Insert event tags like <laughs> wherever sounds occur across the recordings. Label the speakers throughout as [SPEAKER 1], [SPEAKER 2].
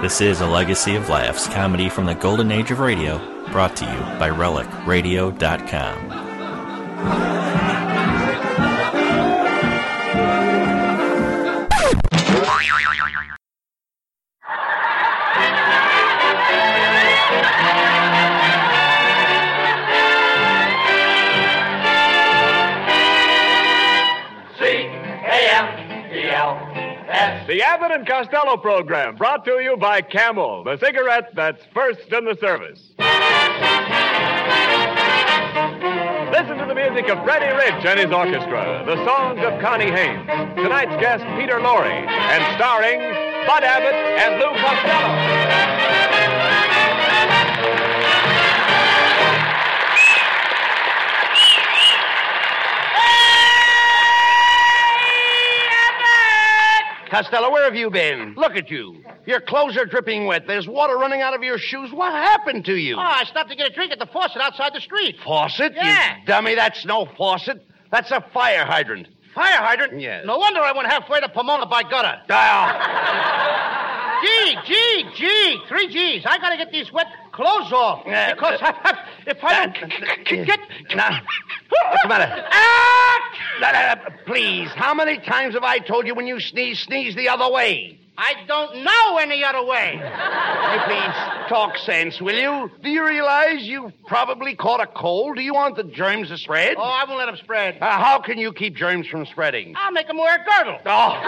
[SPEAKER 1] This is a legacy of laughs comedy from the golden age of radio, brought to you by RelicRadio.com.
[SPEAKER 2] C-A-M-E-L-S.
[SPEAKER 3] The Abbott and Costello program brought to you by Camel, the cigarette that's first in the service. Listen to the music of Freddie Rich and his orchestra, the songs of Connie Haynes, tonight's guest Peter Lorre, and starring Bud Abbott and Lou Costello.
[SPEAKER 4] Costello, where have you been? Look at you. Your clothes are dripping wet. There's water running out of your shoes. What happened to you?
[SPEAKER 5] Oh, I stopped to get a drink at the faucet outside the street.
[SPEAKER 4] faucet?
[SPEAKER 5] Yeah.
[SPEAKER 4] You dummy, that's no faucet. That's a fire hydrant.
[SPEAKER 5] Fire hydrant?
[SPEAKER 4] Yes.
[SPEAKER 5] No wonder I went halfway to Pomona by gutter.
[SPEAKER 4] Ah,
[SPEAKER 5] Gee, gee, gee, three G's. I gotta get these wet clothes off.
[SPEAKER 4] Yeah,
[SPEAKER 5] Because
[SPEAKER 4] but-
[SPEAKER 5] I, if I don't
[SPEAKER 4] that-
[SPEAKER 5] c- c- get.
[SPEAKER 4] Now, what's the matter?
[SPEAKER 5] Ah!
[SPEAKER 4] Ah, please, how many times have I told you when you sneeze, sneeze the other way?
[SPEAKER 5] I don't know any other way.
[SPEAKER 4] You please talk sense, will you? Do you realize you've probably caught a cold? Do you want the germs to spread?
[SPEAKER 5] Oh, I won't let them spread.
[SPEAKER 4] Uh, how can you keep germs from spreading?
[SPEAKER 5] I'll make them wear a girdle.
[SPEAKER 4] Oh.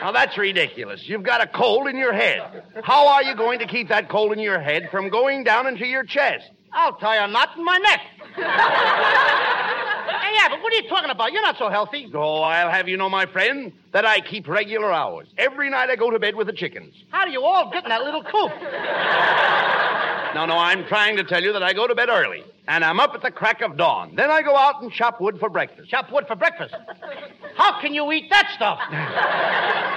[SPEAKER 4] Now that's ridiculous. You've got a cold in your head. How are you going to keep that cold in your head from going down into your chest?
[SPEAKER 5] I'll tie a knot in my neck. hey, yeah, but what are you talking about? You're not so healthy.
[SPEAKER 4] Oh, I'll have you know, my friend, that I keep regular hours. Every night I go to bed with the chickens.
[SPEAKER 5] How do you all get in that little coop?
[SPEAKER 4] No, no, I'm trying to tell you that I go to bed early, and I'm up at the crack of dawn. Then I go out and chop wood for breakfast.
[SPEAKER 5] Chop wood for breakfast. How can you eat that stuff?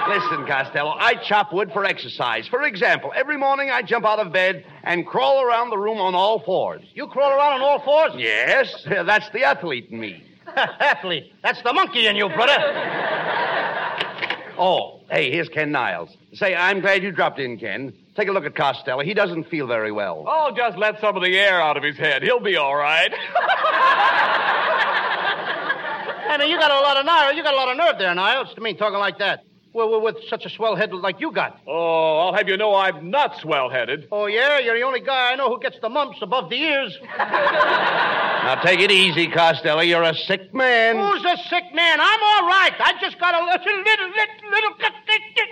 [SPEAKER 4] Listen, Costello, I chop wood for exercise. For example, every morning I jump out of bed and crawl around the room on all fours.
[SPEAKER 5] You crawl around on all fours?
[SPEAKER 4] Yes, <laughs> that's the athlete in me.
[SPEAKER 5] <laughs> Athlete. That's the monkey in you, brother.
[SPEAKER 4] Oh, hey, here's Ken Niles. Say, I'm glad you dropped in, Ken. Take a look at Costello. He doesn't feel very well.
[SPEAKER 3] Oh, just let some of the air out of his head. He'll be all
[SPEAKER 5] <laughs>
[SPEAKER 3] right.
[SPEAKER 5] I mean, you got a lot of nerve. You got a lot of nerve there, Niles, to me talking like that. Well, well, with such a swell head like you got.
[SPEAKER 3] oh, I'll have you know I'm not swell headed.
[SPEAKER 5] Oh, yeah? You're the only guy I know who gets the mumps above the ears.
[SPEAKER 4] Now, take it easy, Costello. You're a sick man.
[SPEAKER 5] Who's a sick man? I'm all right. I just got a little, little, little, little.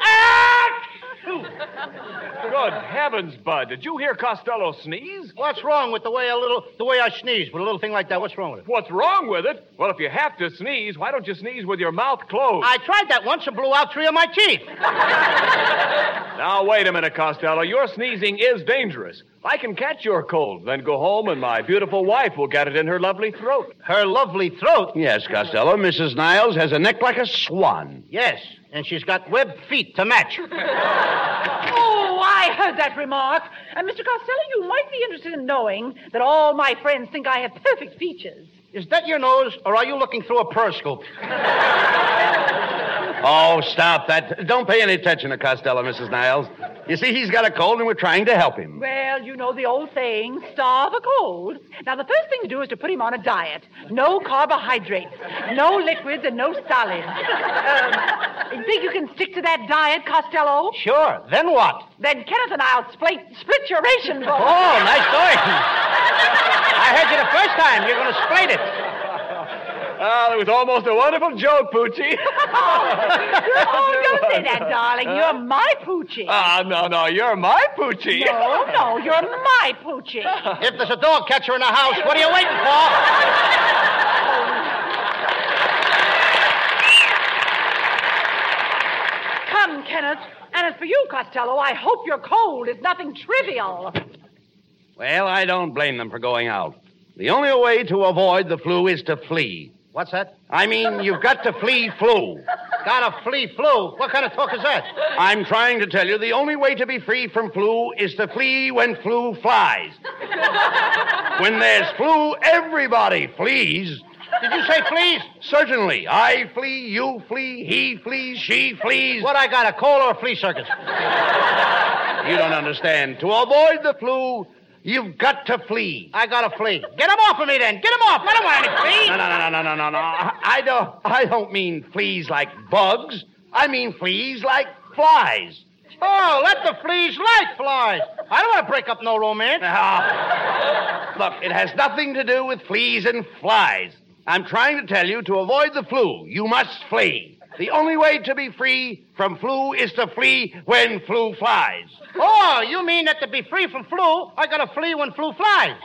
[SPEAKER 5] Ah!
[SPEAKER 3] Good heavens, Bud. Did you hear Costello sneeze?
[SPEAKER 5] What's wrong with the way a little, the way I sneeze with a little thing like that? What's wrong with it?
[SPEAKER 3] What's wrong with it? Well, if you have to sneeze, why don't you sneeze with your mouth closed?
[SPEAKER 5] I tried that once and blew out three of my teeth.
[SPEAKER 3] <laughs> Now, wait a minute, Costello. Your sneezing is dangerous. I can catch your cold, then go home, and my beautiful wife will get it in her lovely throat.
[SPEAKER 5] Her lovely throat.
[SPEAKER 4] Yes, Costello. Mrs. Niles has a neck like a swan.
[SPEAKER 5] Yes, and she's got web feet to match.
[SPEAKER 6] Oh, I heard that remark. And Mr. Costello, you might be interested in knowing that all my friends think I have perfect features.
[SPEAKER 5] Is that your nose, or are you looking through a periscope?
[SPEAKER 4] Oh, stop that. Don't pay any attention to Costello, Mrs. Niles. You see, he's got a cold, and we're trying to help him.
[SPEAKER 6] Well, you know the old saying, starve a cold. Now, the first thing to do is to put him on a diet. No carbohydrates, no liquids, and no solids. Um, you think you can stick to that diet, Costello?
[SPEAKER 5] Sure. Then what?
[SPEAKER 6] Then Kenneth and I'll split, split your ration
[SPEAKER 4] <laughs>
[SPEAKER 6] bowl.
[SPEAKER 5] Oh, nice story. I heard you the first time. You're going to split it.
[SPEAKER 3] Ah, that was almost a wonderful joke,
[SPEAKER 5] <laughs>
[SPEAKER 3] Poochie.
[SPEAKER 6] Oh, don't say that, darling. You're my poochie.
[SPEAKER 4] Uh,
[SPEAKER 3] Ah, no, no, you're my Poochie.
[SPEAKER 6] No, no, you're my poochie.
[SPEAKER 5] If there's a dog catcher in the house, what are you waiting for?
[SPEAKER 6] Come, Kenneth. And as for you, Costello, I hope your cold is nothing trivial.
[SPEAKER 4] Well, I don't blame them for going out. The only way to avoid the flu is to flee.
[SPEAKER 5] What's that?
[SPEAKER 4] I mean, you've got to flee flu.
[SPEAKER 5] Got a flea flu. What kind of talk is that?
[SPEAKER 4] I'm trying to tell you the only way to be free from flu is to flee when flu flies. when there's flu, everybody flees.
[SPEAKER 5] Did you say fleas?
[SPEAKER 4] Certainly. I flee, you flee, he flees, she flees.
[SPEAKER 5] What I got, a cold or a flea circus?
[SPEAKER 4] You don't understand. To avoid the flu, you've got to flee.
[SPEAKER 5] I got a flea. Get him off of me then. Get him off. I don't want any flea.
[SPEAKER 4] No, no, no, no, no, no, no, no. I I don't. I don't mean fleas like bugs. I mean fleas like flies.
[SPEAKER 5] Oh, let the fleas like flies. I don't want to break up no romance.
[SPEAKER 4] Ah. Look, it has nothing to do with fleas and flies. I'm trying to tell you to avoid the flu. You must flee. The only way to be free from flu is to flee when flu flies.
[SPEAKER 5] Oh, you mean that to be free from flu, I got to flee when flu flies.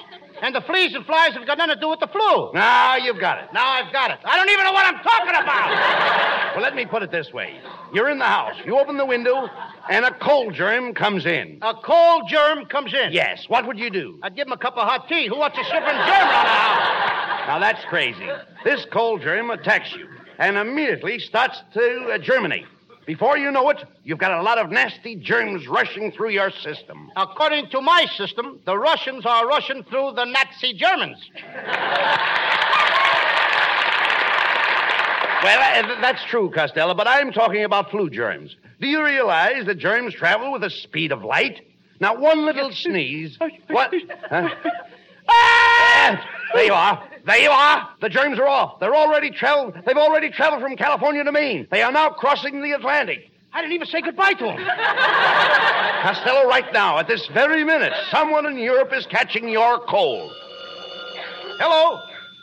[SPEAKER 5] And the fleas and flies have got nothing to do with the flu.
[SPEAKER 4] Now you've got it.
[SPEAKER 5] Now I've got it. I don't even know what I'm talking about.
[SPEAKER 4] Well, let me put it this way. You're in the house. You open the window, and a cold germ comes in.
[SPEAKER 5] a cold germ comes in.
[SPEAKER 4] Yes. What would you do?
[SPEAKER 5] I'd give him a cup of hot tea. Who wants a shivering germ around the house?
[SPEAKER 4] Now that's crazy. This cold germ attacks you and immediately starts to uh, germinate. Before you know it, you've got a lot of nasty germs rushing through your system.
[SPEAKER 5] According to my system, the Russians are rushing through the Nazi Germans.
[SPEAKER 4] Well, uh, th- that's true, Costello, but I'm talking about flu germs. Do you realize that germs travel with the speed of light? Now, one little sneeze. What? Huh? Ah! There you are. There you are. The germs are off. They're already traveled. They've already traveled from California to Maine. They are now crossing the Atlantic.
[SPEAKER 5] I didn't even say goodbye to him.
[SPEAKER 4] Costello, right now, at this very minute, someone in Europe is catching your cold. Hello?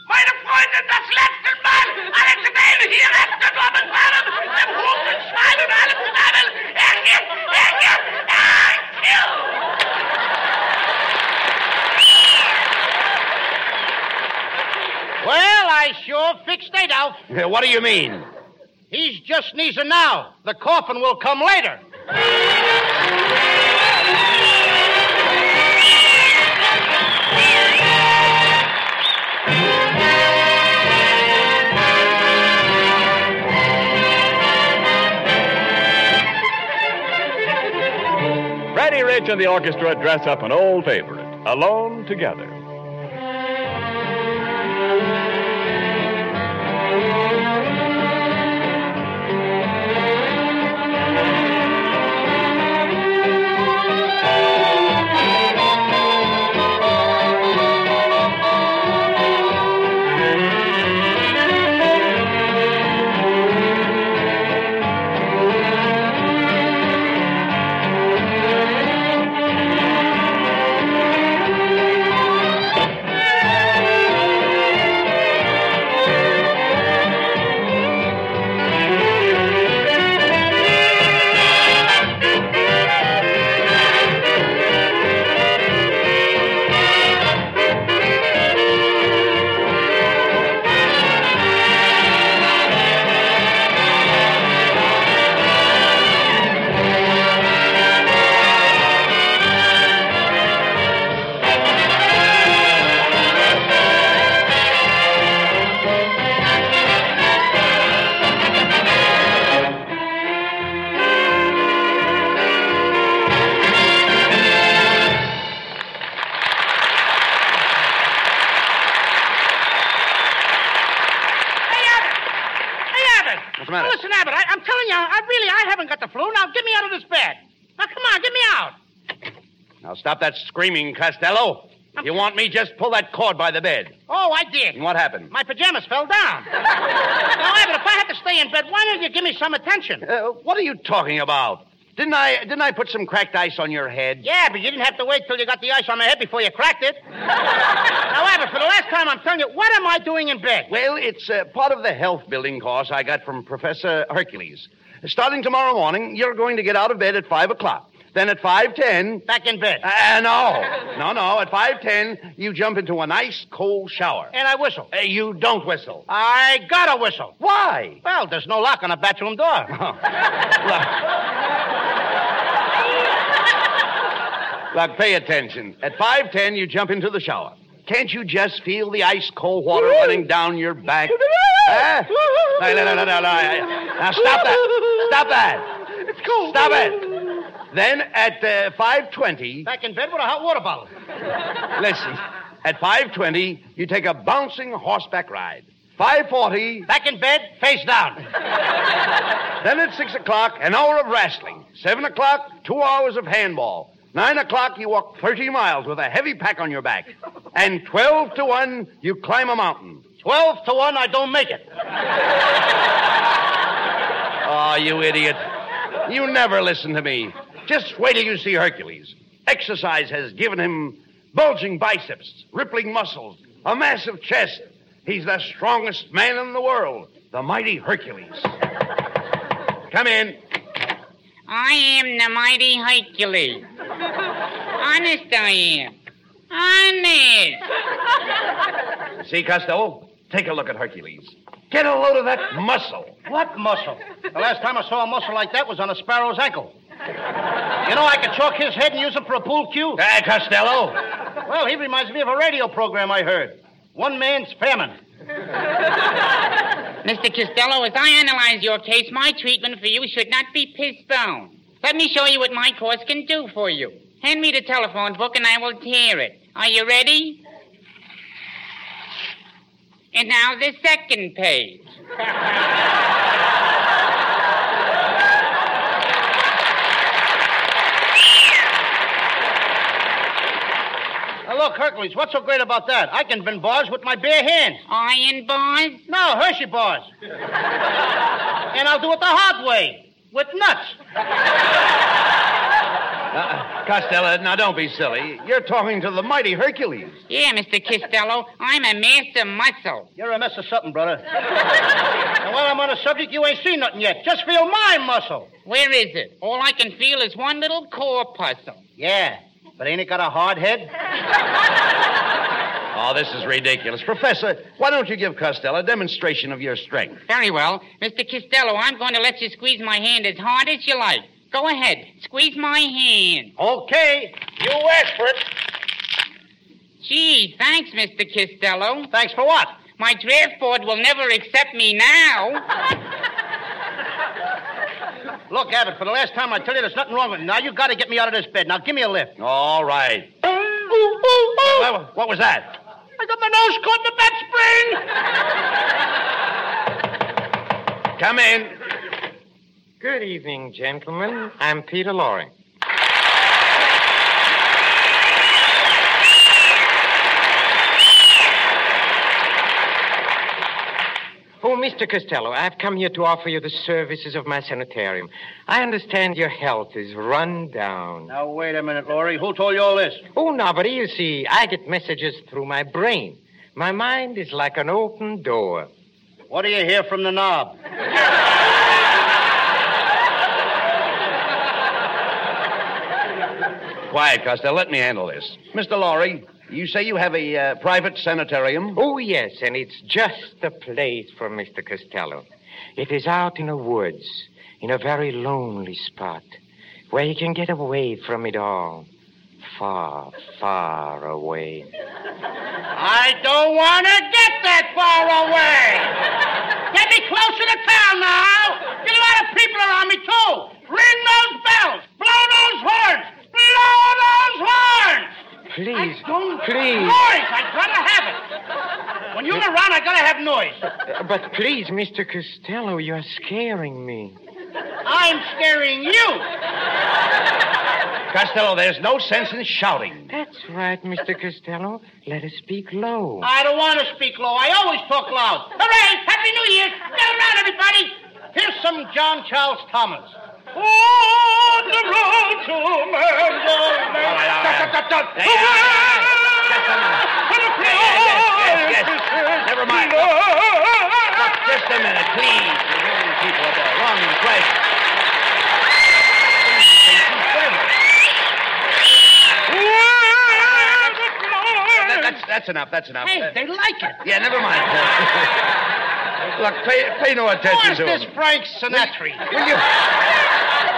[SPEAKER 2] Meine Freunde, das letzte Mal! Alle zusammen hier abgenommen waren! Im Hof und Schwein und alle zusammen! Er hier! Er hier! Er hier!
[SPEAKER 5] Well, I sure fixed it out.
[SPEAKER 4] Yeah, What do you mean?
[SPEAKER 5] He's just sneezing now. The coffin will come later.
[SPEAKER 3] Reddy Rich and the orchestra dress up an old favorite, Alone Together.
[SPEAKER 5] Hey, Abbott! Hey, Abbott!
[SPEAKER 4] What's the matter?
[SPEAKER 5] Now, listen, Abbott, I, I'm telling you, I really, I haven't got the flu. Now, get me out of this bed. Now, come on, get me out.
[SPEAKER 4] Now, stop that screaming, Costello. If you want me, just pull that cord by the bed.
[SPEAKER 5] Oh, I did.
[SPEAKER 4] And what happened?
[SPEAKER 5] My pajamas fell down.
[SPEAKER 4] <laughs>
[SPEAKER 5] now, Abbott, if I have to stay in bed, why don't you give me some attention?
[SPEAKER 4] Uh, what are you talking about? Didn't I didn't I put some cracked ice on your head?
[SPEAKER 5] Yeah, but you didn't have to wait till you got the ice on my head before you cracked it. now, Abbott, for the last time, I'm telling you, what am I doing in bed?
[SPEAKER 4] Well, it's uh, part of the health building course I got from Professor Hercules. Starting tomorrow morning, you're going to get out of bed at five o'clock. Then at five ten,
[SPEAKER 5] Back in bed.
[SPEAKER 4] uh, no, no, no. At five ten, you jump into an ice cold shower.
[SPEAKER 5] and I whistle.
[SPEAKER 4] Uh, you don't whistle.
[SPEAKER 5] I gotta whistle.
[SPEAKER 4] Why? Oh.
[SPEAKER 5] Well, there's no lock on a bathroom door.
[SPEAKER 4] Look, pay attention. At 5:10, you jump into the shower. Can't you just feel the ice cold water running down your back? Huh? No, no, no, no, no, no. Now stop that. Stop that.
[SPEAKER 5] It's cool.
[SPEAKER 4] Stop it. Then at uh, 5:20,
[SPEAKER 5] Back in bed with a hot water bottle.
[SPEAKER 4] listen. At 5:20, you take a bouncing horseback ride. 5.40,
[SPEAKER 5] Back in bed, face down.
[SPEAKER 4] Then at six o'clock, an hour of wrestling. Seven o'clock, two hours of handball. Nine o'clock, you walk 30 miles with a heavy pack on your back. And 12 to 1, you climb a mountain.
[SPEAKER 5] Twelve to one, I don't make it.
[SPEAKER 4] Oh, you idiot. You never listen to me. Just wait till you see Hercules. Exercise has given him bulging biceps, rippling muscles, a massive chest. He's the strongest man in the world, the mighty Hercules. Come in.
[SPEAKER 7] I am the mighty Hercules. Honest I am. Honest.
[SPEAKER 4] See, Costello? Take a look at Hercules. Get a load of that muscle.
[SPEAKER 5] What muscle? The last time I saw a muscle like that was on a sparrow's ankle. You know, I could chalk his head and use him for a pool cue.
[SPEAKER 4] Ah, Costello.
[SPEAKER 5] Well, he reminds me of a radio program I heard. One man's famine.
[SPEAKER 7] Mr. Costello, as I analyze your case, my treatment for you should not be postponed. Let me show you what my course can do for you. Hand me the telephone book and I will tear it. Are you ready? And now the second page.
[SPEAKER 5] Now, look, Hercules, what's so great about that? I can bend bars with my bare hands.
[SPEAKER 7] Iron bars?
[SPEAKER 5] No, Hershey bars. and I'll do it the hard way with nuts.
[SPEAKER 4] Uh, Costello, now don't be silly. You're talking to the mighty Hercules.
[SPEAKER 7] Yeah, Mr. Costello, I'm a master muscle.
[SPEAKER 5] You're a mess of something, brother. and while I'm on the subject, you ain't seen nothing yet. Just feel my muscle.
[SPEAKER 7] Where is it? All I can feel is one little corpuscle.
[SPEAKER 5] Yeah, but ain't it got a hard head?
[SPEAKER 4] Oh, this is ridiculous. Professor, why don't you give Costello a demonstration of your strength?
[SPEAKER 7] Very well. Mr. Costello, I'm going to let you squeeze my hand as hard as you like. Go ahead. Squeeze my hand.
[SPEAKER 5] Okay.
[SPEAKER 4] You asked for it.
[SPEAKER 7] Gee, thanks, Mr. Costello.
[SPEAKER 5] Thanks for what?
[SPEAKER 7] My draft board will never accept me now.
[SPEAKER 5] Look, Abbott, for the last time I tell you there's nothing wrong with me. Now you gotta get me out of this bed. Now give me a lift.
[SPEAKER 4] All right. What, what was that?
[SPEAKER 5] I got my nose caught in the bed spring!
[SPEAKER 4] Come in.
[SPEAKER 8] Good evening, gentlemen. I'm Peter Loring. Oh, Mr. Costello, I've come here to offer you the services of my sanitarium. I understand your health is run down.
[SPEAKER 5] Now wait a minute, Laurie. Who told you all this?
[SPEAKER 8] Oh, nobody, you see, I get messages through my brain. My mind is like an open door.
[SPEAKER 5] What do you hear from the knob?
[SPEAKER 4] Quiet, Costello. Let me handle this. Mr. Lorry, you say you have a uh, private sanitarium?
[SPEAKER 8] Oh, yes, and it's just the place for Mr. Costello. It is out in the woods, in a very lonely spot, where he can get away from it all. Far, far away.
[SPEAKER 5] I don't wanna get that far away! Get me closer to town now! Get a lot of people around me, too! Ring those bells! Blow those horns! Blow those horns!
[SPEAKER 8] Please,
[SPEAKER 5] I don't...
[SPEAKER 8] please.
[SPEAKER 5] Noise! I gotta have it! When you're around, I gotta have noise.
[SPEAKER 8] Uh, But please, Mr. Costello, you're scaring me.
[SPEAKER 5] I'm scaring you!
[SPEAKER 4] Costello, there's no sense in shouting.
[SPEAKER 8] That's right, Mr. Costello. Let us speak low.
[SPEAKER 5] I don't want to speak low. I always talk loud. Hooray! Happy New Year! Get around, everybody! Here's some John Charles Thomas. On the road
[SPEAKER 3] Ah,
[SPEAKER 5] to man's own
[SPEAKER 4] All right, all right. Yeah, yeah,
[SPEAKER 5] land.
[SPEAKER 4] Yes, yes, yes. Never mind. Look, just a minute, please. You're giving people the wrong impression. That- That's, that's enough. That's enough.
[SPEAKER 5] Hey, they like it.
[SPEAKER 4] yeah, never mind. <laughs> Look, pay, pay no attention
[SPEAKER 5] Where's
[SPEAKER 4] to
[SPEAKER 5] this
[SPEAKER 4] him.
[SPEAKER 5] Frank Sinatra?
[SPEAKER 4] Will you?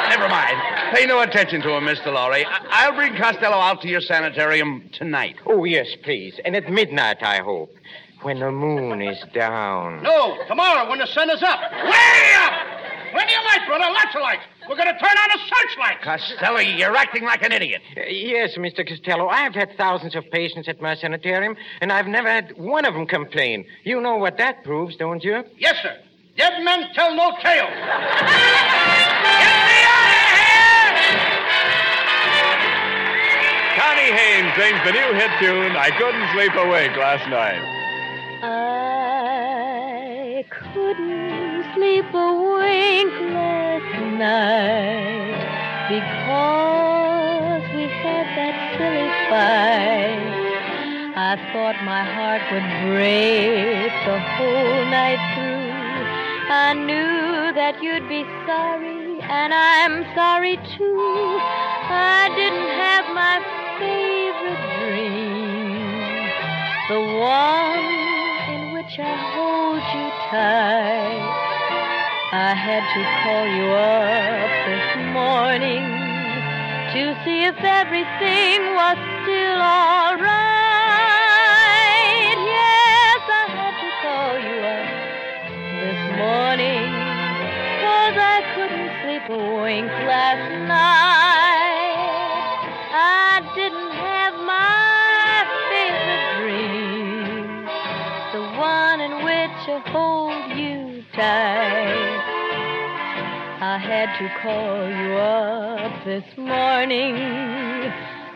[SPEAKER 4] Never mind. Pay no attention to him, Mr. Lorry. I- I'll bring Costello out to your sanitarium tonight.
[SPEAKER 8] Oh, yes, please. And at midnight, I hope. When the moon is down.
[SPEAKER 5] No, tomorrow when the sun is up. Way up! Plenty of light, brother. Lots electrolytes. We're going to turn on the searchlights.
[SPEAKER 4] Costello, you're acting like an idiot.
[SPEAKER 8] Uh, Yes, Mr. Costello. I've had thousands of patients at my sanitarium, and I've never had one of them complain. You know what that proves, don't you?
[SPEAKER 5] Yes, sir. Dead men tell no tales. Get me out of here!
[SPEAKER 3] Connie Haynes sings the new hit tune, I Couldn't Sleep Awake Last Night.
[SPEAKER 9] I couldn't sleep a wink last night because we had that silly fight. I thought my heart would break the whole night through. I knew that you'd be sorry, and I'm sorry too. I didn't have my favorite dream. The one in which I hold you tight. I had to call you up this morning to see if everything was still all right. Yes, I had to call you up this morning cause I couldn't sleep a wink last night. I didn't have my favorite dream, the one in which I hold you tight. I had to call you up this morning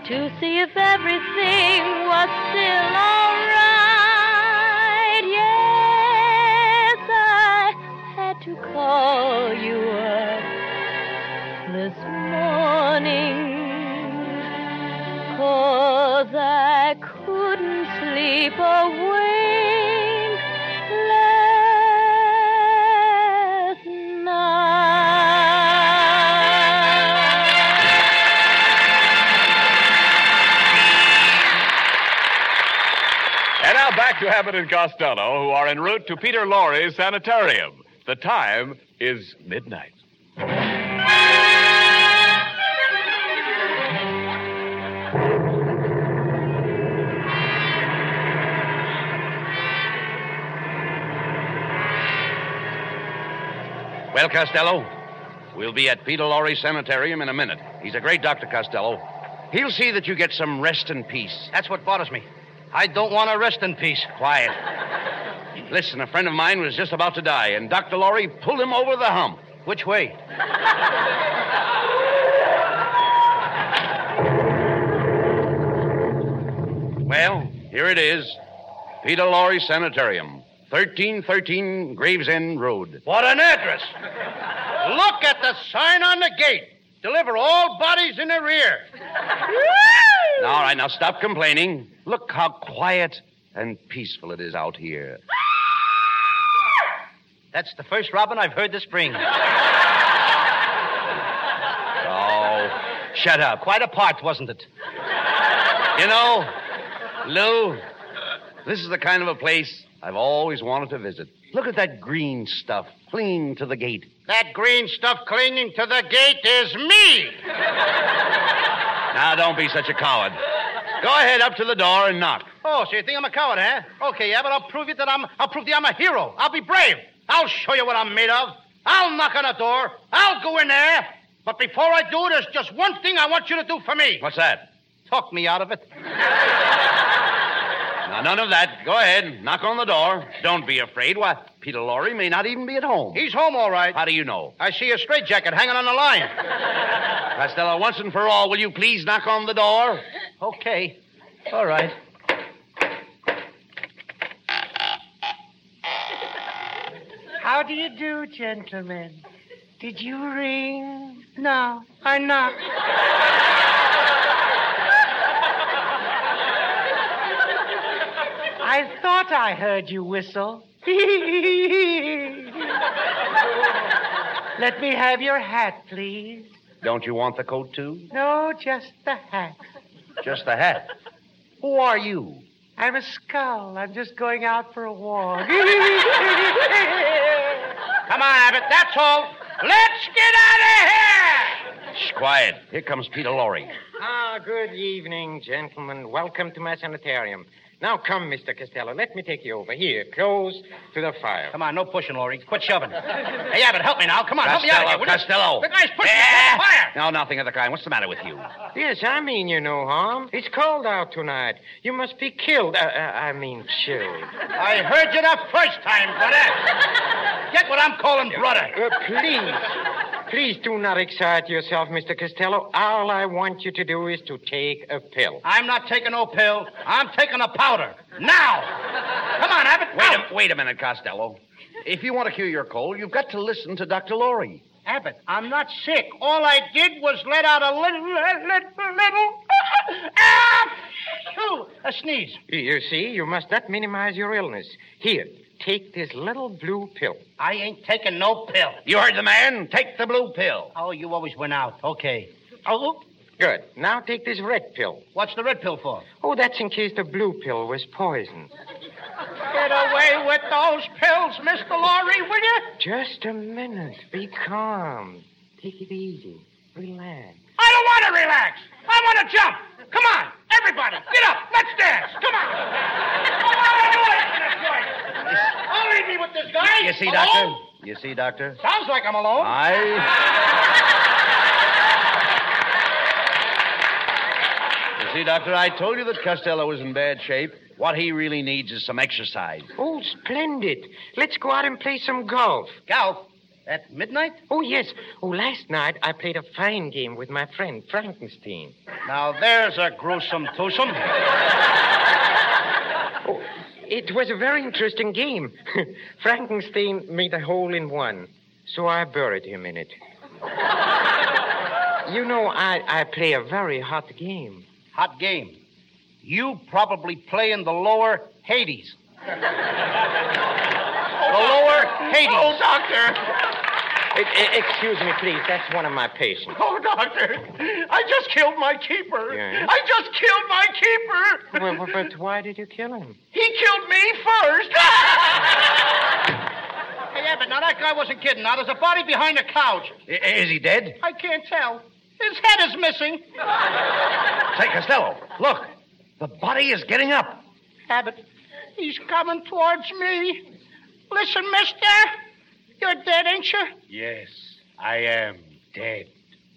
[SPEAKER 9] to see if everything was still alright. Yes, I had to call you up this morning. Cause I couldn't sleep awake last night.
[SPEAKER 3] And now back to Abbott and Costello, who are en route to Peter Lorre's sanitarium. The time is midnight.
[SPEAKER 4] Well, Costello, we'll be at Peter Lorre Sanitarium in a minute. He's a great doctor, Costello. He'll see that you get some rest in peace. That's what bothers me. I don't want to rest in peace. Quiet. Listen, a friend of mine was just about to die, and Dr. Lorre pulled him over the hump. Which way? well, here it is Peter Lorre Sanitarium, 1313 Gravesend Road.
[SPEAKER 5] What an address! Look at the sign on the gate. Deliver all bodies in the rear.
[SPEAKER 4] All right, now stop complaining. Look how quiet and peaceful it is out here.
[SPEAKER 5] That's the first robin I've heard this spring.
[SPEAKER 4] Oh,
[SPEAKER 5] Shut up. Quite a part, wasn't it?
[SPEAKER 4] you know, Lou, this is the kind of a place I've always wanted to visit. Look at that green stuff clinging to the gate.
[SPEAKER 5] That green stuff clinging to the gate is me.
[SPEAKER 4] Now, don't be such a coward. Go ahead up to the door and knock.
[SPEAKER 5] Oh, so you think I'm a coward, huh? Okay, yeah, but I'll prove it that I'm I'll prove that I'm a hero. I'll be brave. I'll show you what I'm made of. I'll knock on the door. I'll go in there. But before I do, there's just one thing I want you to do for me.
[SPEAKER 4] What's that?
[SPEAKER 5] Talk me out of it.
[SPEAKER 4] Now, none of that. Go ahead, knock on the door. Don't be afraid. Why, Peter Lorre may not even be at home.
[SPEAKER 5] He's home all right.
[SPEAKER 4] How do you know?
[SPEAKER 5] I see a straitjacket hanging on the line.
[SPEAKER 4] Costello, once and for all, will you please knock on the door?
[SPEAKER 5] Okay. All right.
[SPEAKER 10] How do you do, gentlemen? Did you ring? No, I knocked. I thought I heard you whistle. Let me have your hat, please.
[SPEAKER 4] Don't you want the coat, too?
[SPEAKER 10] No, just the hat.
[SPEAKER 4] Just the hat. Who are you?
[SPEAKER 10] I'm a skull. I'm just going out for a
[SPEAKER 4] <laughs>
[SPEAKER 10] walk.
[SPEAKER 5] Come on, Abbott. That's all. Let's get out of here.
[SPEAKER 4] Shh, quiet. Here comes Peter Lorre.
[SPEAKER 8] Ah, good evening, gentlemen. Welcome to my sanitarium. Now come, Mr. Costello. Let me take you over. Here, close to the fire. Come on, no pushing, Laurie. Quit shoving.
[SPEAKER 5] Hey, Abbott, help me now. Come on, help me out of here.
[SPEAKER 8] Costello,
[SPEAKER 5] will you? The
[SPEAKER 8] Costello.
[SPEAKER 5] guy's pushing me the fire.
[SPEAKER 4] Eh? No, nothing of the kind. What's the matter with you?
[SPEAKER 8] Yes, I mean you no harm. It's cold out tonight. You must be killed. Uh, uh, I mean chilled.
[SPEAKER 5] I heard you the first time, brother. Get what I'm calling brother.
[SPEAKER 8] Uh, please, please do not excite yourself, Mr. Costello. All I want you to do is to take a pill.
[SPEAKER 5] I'm not taking no pill. I'm taking a powder. Now! Come on, Abbott.
[SPEAKER 4] Wait a, wait a minute, Costello. If you want to cure your cold, you've got to listen to Dr. Lorry.
[SPEAKER 5] Abbott, I'm not sick. All I did was let out a little, little, little, <laughs> little ah, phew, a sneeze.
[SPEAKER 8] You- You see, you must not minimize your illness. Here, take this little blue pill.
[SPEAKER 5] I ain't taking no pill.
[SPEAKER 4] You heard the man. Take the blue pill.
[SPEAKER 5] Oh, you always went out. Okay. Oh,
[SPEAKER 8] Good. Now take this red pill.
[SPEAKER 5] what's the red pill for?
[SPEAKER 8] Oh, that's in case the blue pill was poisoned.
[SPEAKER 5] Get away with those pills, Mr. Lorry, will you?
[SPEAKER 8] Just a minute. Be calm. Take it easy. Relax.
[SPEAKER 5] I don't want to relax. I want to jump. Come on, everybody, get up. Let's dance. Come on. I'll leave me with this guy.
[SPEAKER 4] You see,
[SPEAKER 5] Alone?
[SPEAKER 4] Doctor? You see, Doctor?
[SPEAKER 5] Sounds like I'm alone.
[SPEAKER 4] I. You see, Doctor, I told you that Costello was in bad shape. What he really needs is some exercise.
[SPEAKER 8] Oh, splendid. Let's go out and play some golf.
[SPEAKER 5] Golf at midnight?
[SPEAKER 8] Oh, yes. Oh, last night I played a fine game with my friend Frankenstein.
[SPEAKER 5] Now there's a gruesome
[SPEAKER 8] <laughs>
[SPEAKER 5] twosome.
[SPEAKER 8] Oh, It was a very interesting game. <laughs> Frankenstein made a hole in one, so I buried him in it. <laughs> you know, I, I play a very hot game.
[SPEAKER 5] Hot game. You probably play in the lower <laughs> Hades. the lower Hades. Oh, doctor.
[SPEAKER 8] E- e- excuse me, please. That's one of my patients.
[SPEAKER 5] Oh, doctor. I just killed my keeper.
[SPEAKER 8] Yeah?
[SPEAKER 5] I just killed my keeper.
[SPEAKER 8] Well, but- but why did you kill him?
[SPEAKER 5] He killed me first. <laughs> hey, Abbott, now that guy wasn't kidding. Now there's a body behind the couch.
[SPEAKER 4] I- is he dead?
[SPEAKER 5] I can't tell. His head is missing.
[SPEAKER 4] <laughs> Say, Costello, look. The body is getting up.
[SPEAKER 5] Abbott, he's coming towards me. Listen, mister. You're dead, ain't you?
[SPEAKER 4] Yes, I am dead.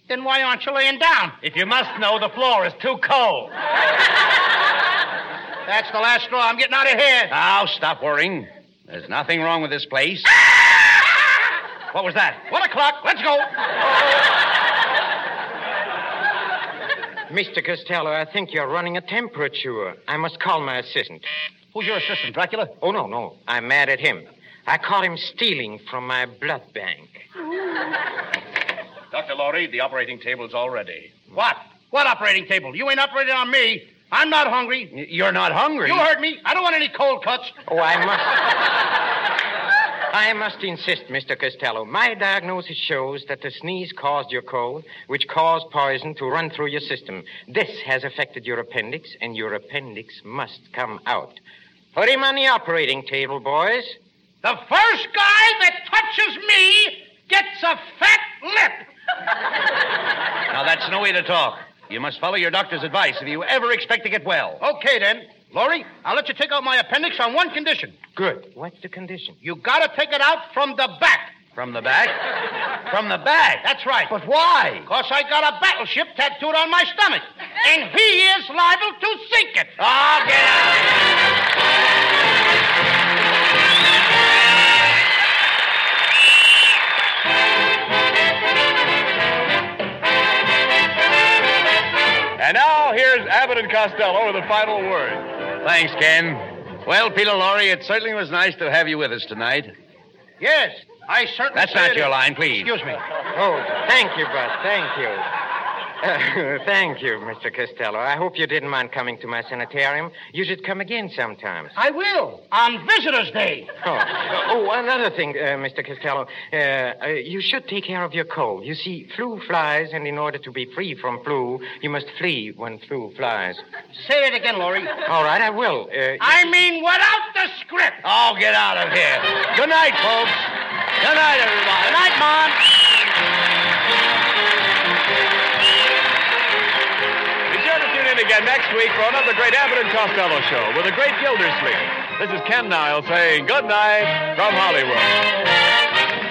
[SPEAKER 5] Then why aren't you laying down?
[SPEAKER 4] If you must know, the floor is too cold.
[SPEAKER 5] <laughs> That's the last straw. I'm getting out of here.
[SPEAKER 4] Now, stop worrying. There's nothing wrong with this
[SPEAKER 5] <laughs>
[SPEAKER 4] place. what was that?
[SPEAKER 5] One o'clock. Let's go.
[SPEAKER 8] Mr. Costello, I think you're running a temperature. I must call my assistant.
[SPEAKER 5] Who's your assistant, Dracula?
[SPEAKER 8] Oh, no, no. I'm mad at him. I caught him stealing from my blood bank.
[SPEAKER 4] Dr. Lorry, the operating table's all ready.
[SPEAKER 5] What? What operating table? You ain't operating on me. I'm not hungry.
[SPEAKER 4] You're not hungry.
[SPEAKER 5] You heard me. I don't want any cold cuts.
[SPEAKER 8] Oh, I must. I must insist, Mr. Costello. My diagnosis shows that the sneeze caused your cold, which caused poison to run through your system. This has affected your appendix, and your appendix must come out. Put him on the operating table, boys.
[SPEAKER 5] The first guy that touches me gets a fat lip.
[SPEAKER 4] <laughs> Now, that's no way to talk. You must follow your doctor's advice if you ever expect to get well.
[SPEAKER 5] Okay, then. Lori, I'll let you take out my appendix on one condition.
[SPEAKER 8] Good. What's the condition?
[SPEAKER 5] You gotta take it out from the back.
[SPEAKER 4] From the back? From the back?
[SPEAKER 5] That's right.
[SPEAKER 4] But why?
[SPEAKER 5] Because I got a battleship tattooed on my
[SPEAKER 4] <laughs>
[SPEAKER 5] stomach. And he is liable to sink it.
[SPEAKER 4] Oh, get out!
[SPEAKER 3] And now here's Abbott and Costello with the final word.
[SPEAKER 4] Thanks, Ken. Well, Peter Lorry, it certainly was nice to have you with us tonight.
[SPEAKER 5] Yes, I certainly.
[SPEAKER 4] That's
[SPEAKER 5] say
[SPEAKER 4] not
[SPEAKER 5] it
[SPEAKER 4] your
[SPEAKER 5] is.
[SPEAKER 4] line, please.
[SPEAKER 5] Excuse me.
[SPEAKER 8] Oh, thank you, Bud. Thank you. Uh, <laughs> thank you, Mr. Costello. I hope you didn't mind coming to my sanitarium. You should come again sometimes.
[SPEAKER 5] I will. On Visitor's Day.
[SPEAKER 8] Oh, uh, oh another thing, uh, Mr. Costello. Uh, uh, you should take care of your cold. You see, flu flies, and in order to be free from flu, you must flee when flu flies.
[SPEAKER 5] Say it again, Lori.
[SPEAKER 8] All right, I will. Uh,
[SPEAKER 5] I mean, without the script.
[SPEAKER 4] Oh, get out of here. Good night, folks. Good night, everybody. Good night, Mom.
[SPEAKER 3] Be sure to tune in again.
[SPEAKER 4] again next week for another great Abbott and Costello show with a great Gildersleeve. This is Ken Niles saying good night from Hollywood.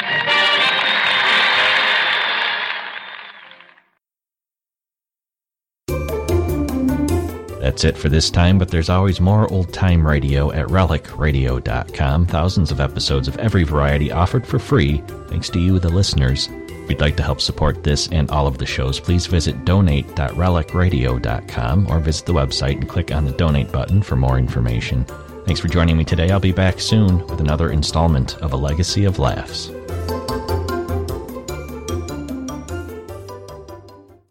[SPEAKER 1] That's it for this time, but there's always more old time radio at relicradio.com. Thousands of episodes of every variety offered for free, thanks to you, the listeners. If you'd like to help support this and all of the shows, please visit donate.relicradio.com or visit the website and click on the donate button for more information. Thanks for joining me today. I'll be back soon with another installment of A Legacy of Laughs.